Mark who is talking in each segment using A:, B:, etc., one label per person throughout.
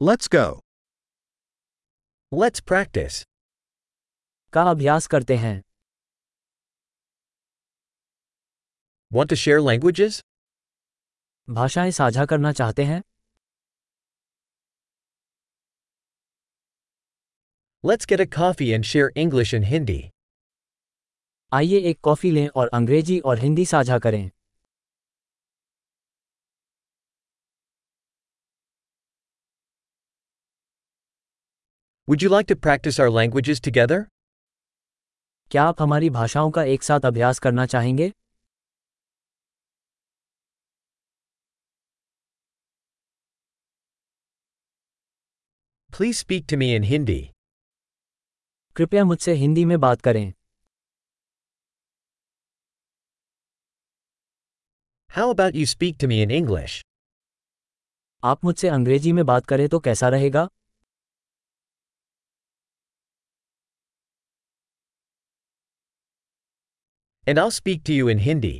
A: Let's go.
B: Let's practice
C: का अभ्यास करते हैं
B: Want to share languages?
C: भाषाएं साझा करना चाहते हैं
B: Let's get a coffee and share English and Hindi.
C: आइए एक कॉफ़ी लें और अंग्रेजी और हिंदी साझा करें
B: Would you like to practice our languages together?
C: क्या आप हमारी भाषाओं का एक साथ अभ्यास करना चाहेंगे
B: Please speak to me in Hindi.
C: कृपया मुझसे हिंदी में बात करें
B: How about you speak to me in English?
C: आप मुझसे अंग्रेजी में बात करें तो कैसा रहेगा
B: And I'll speak to you in Hindi.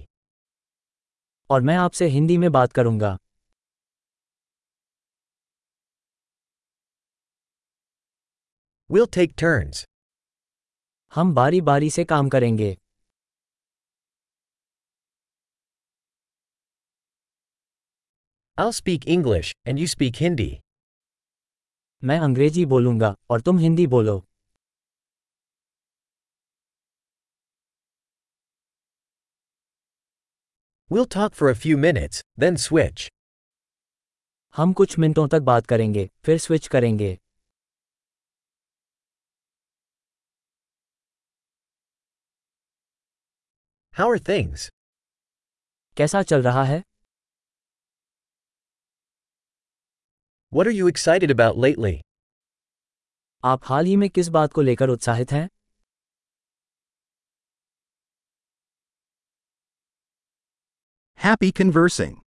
C: और मैं आपसे हिंदी में बात करूंगा
B: We'll take turns.
C: हम बारी बारी से काम करेंगे
B: I'll speak English, and you speak Hindi.
C: मैं अंग्रेजी बोलूंगा और तुम हिंदी बोलो
B: We'll talk for a few minutes, then switch.
C: हम कुछ मिनटों तक बात करेंगे फिर स्विच करेंगे
B: How are things?
C: कैसा चल रहा है
B: What are you excited about lately?
C: आप हाल ही में किस बात को लेकर उत्साहित हैं
A: Happy conversing.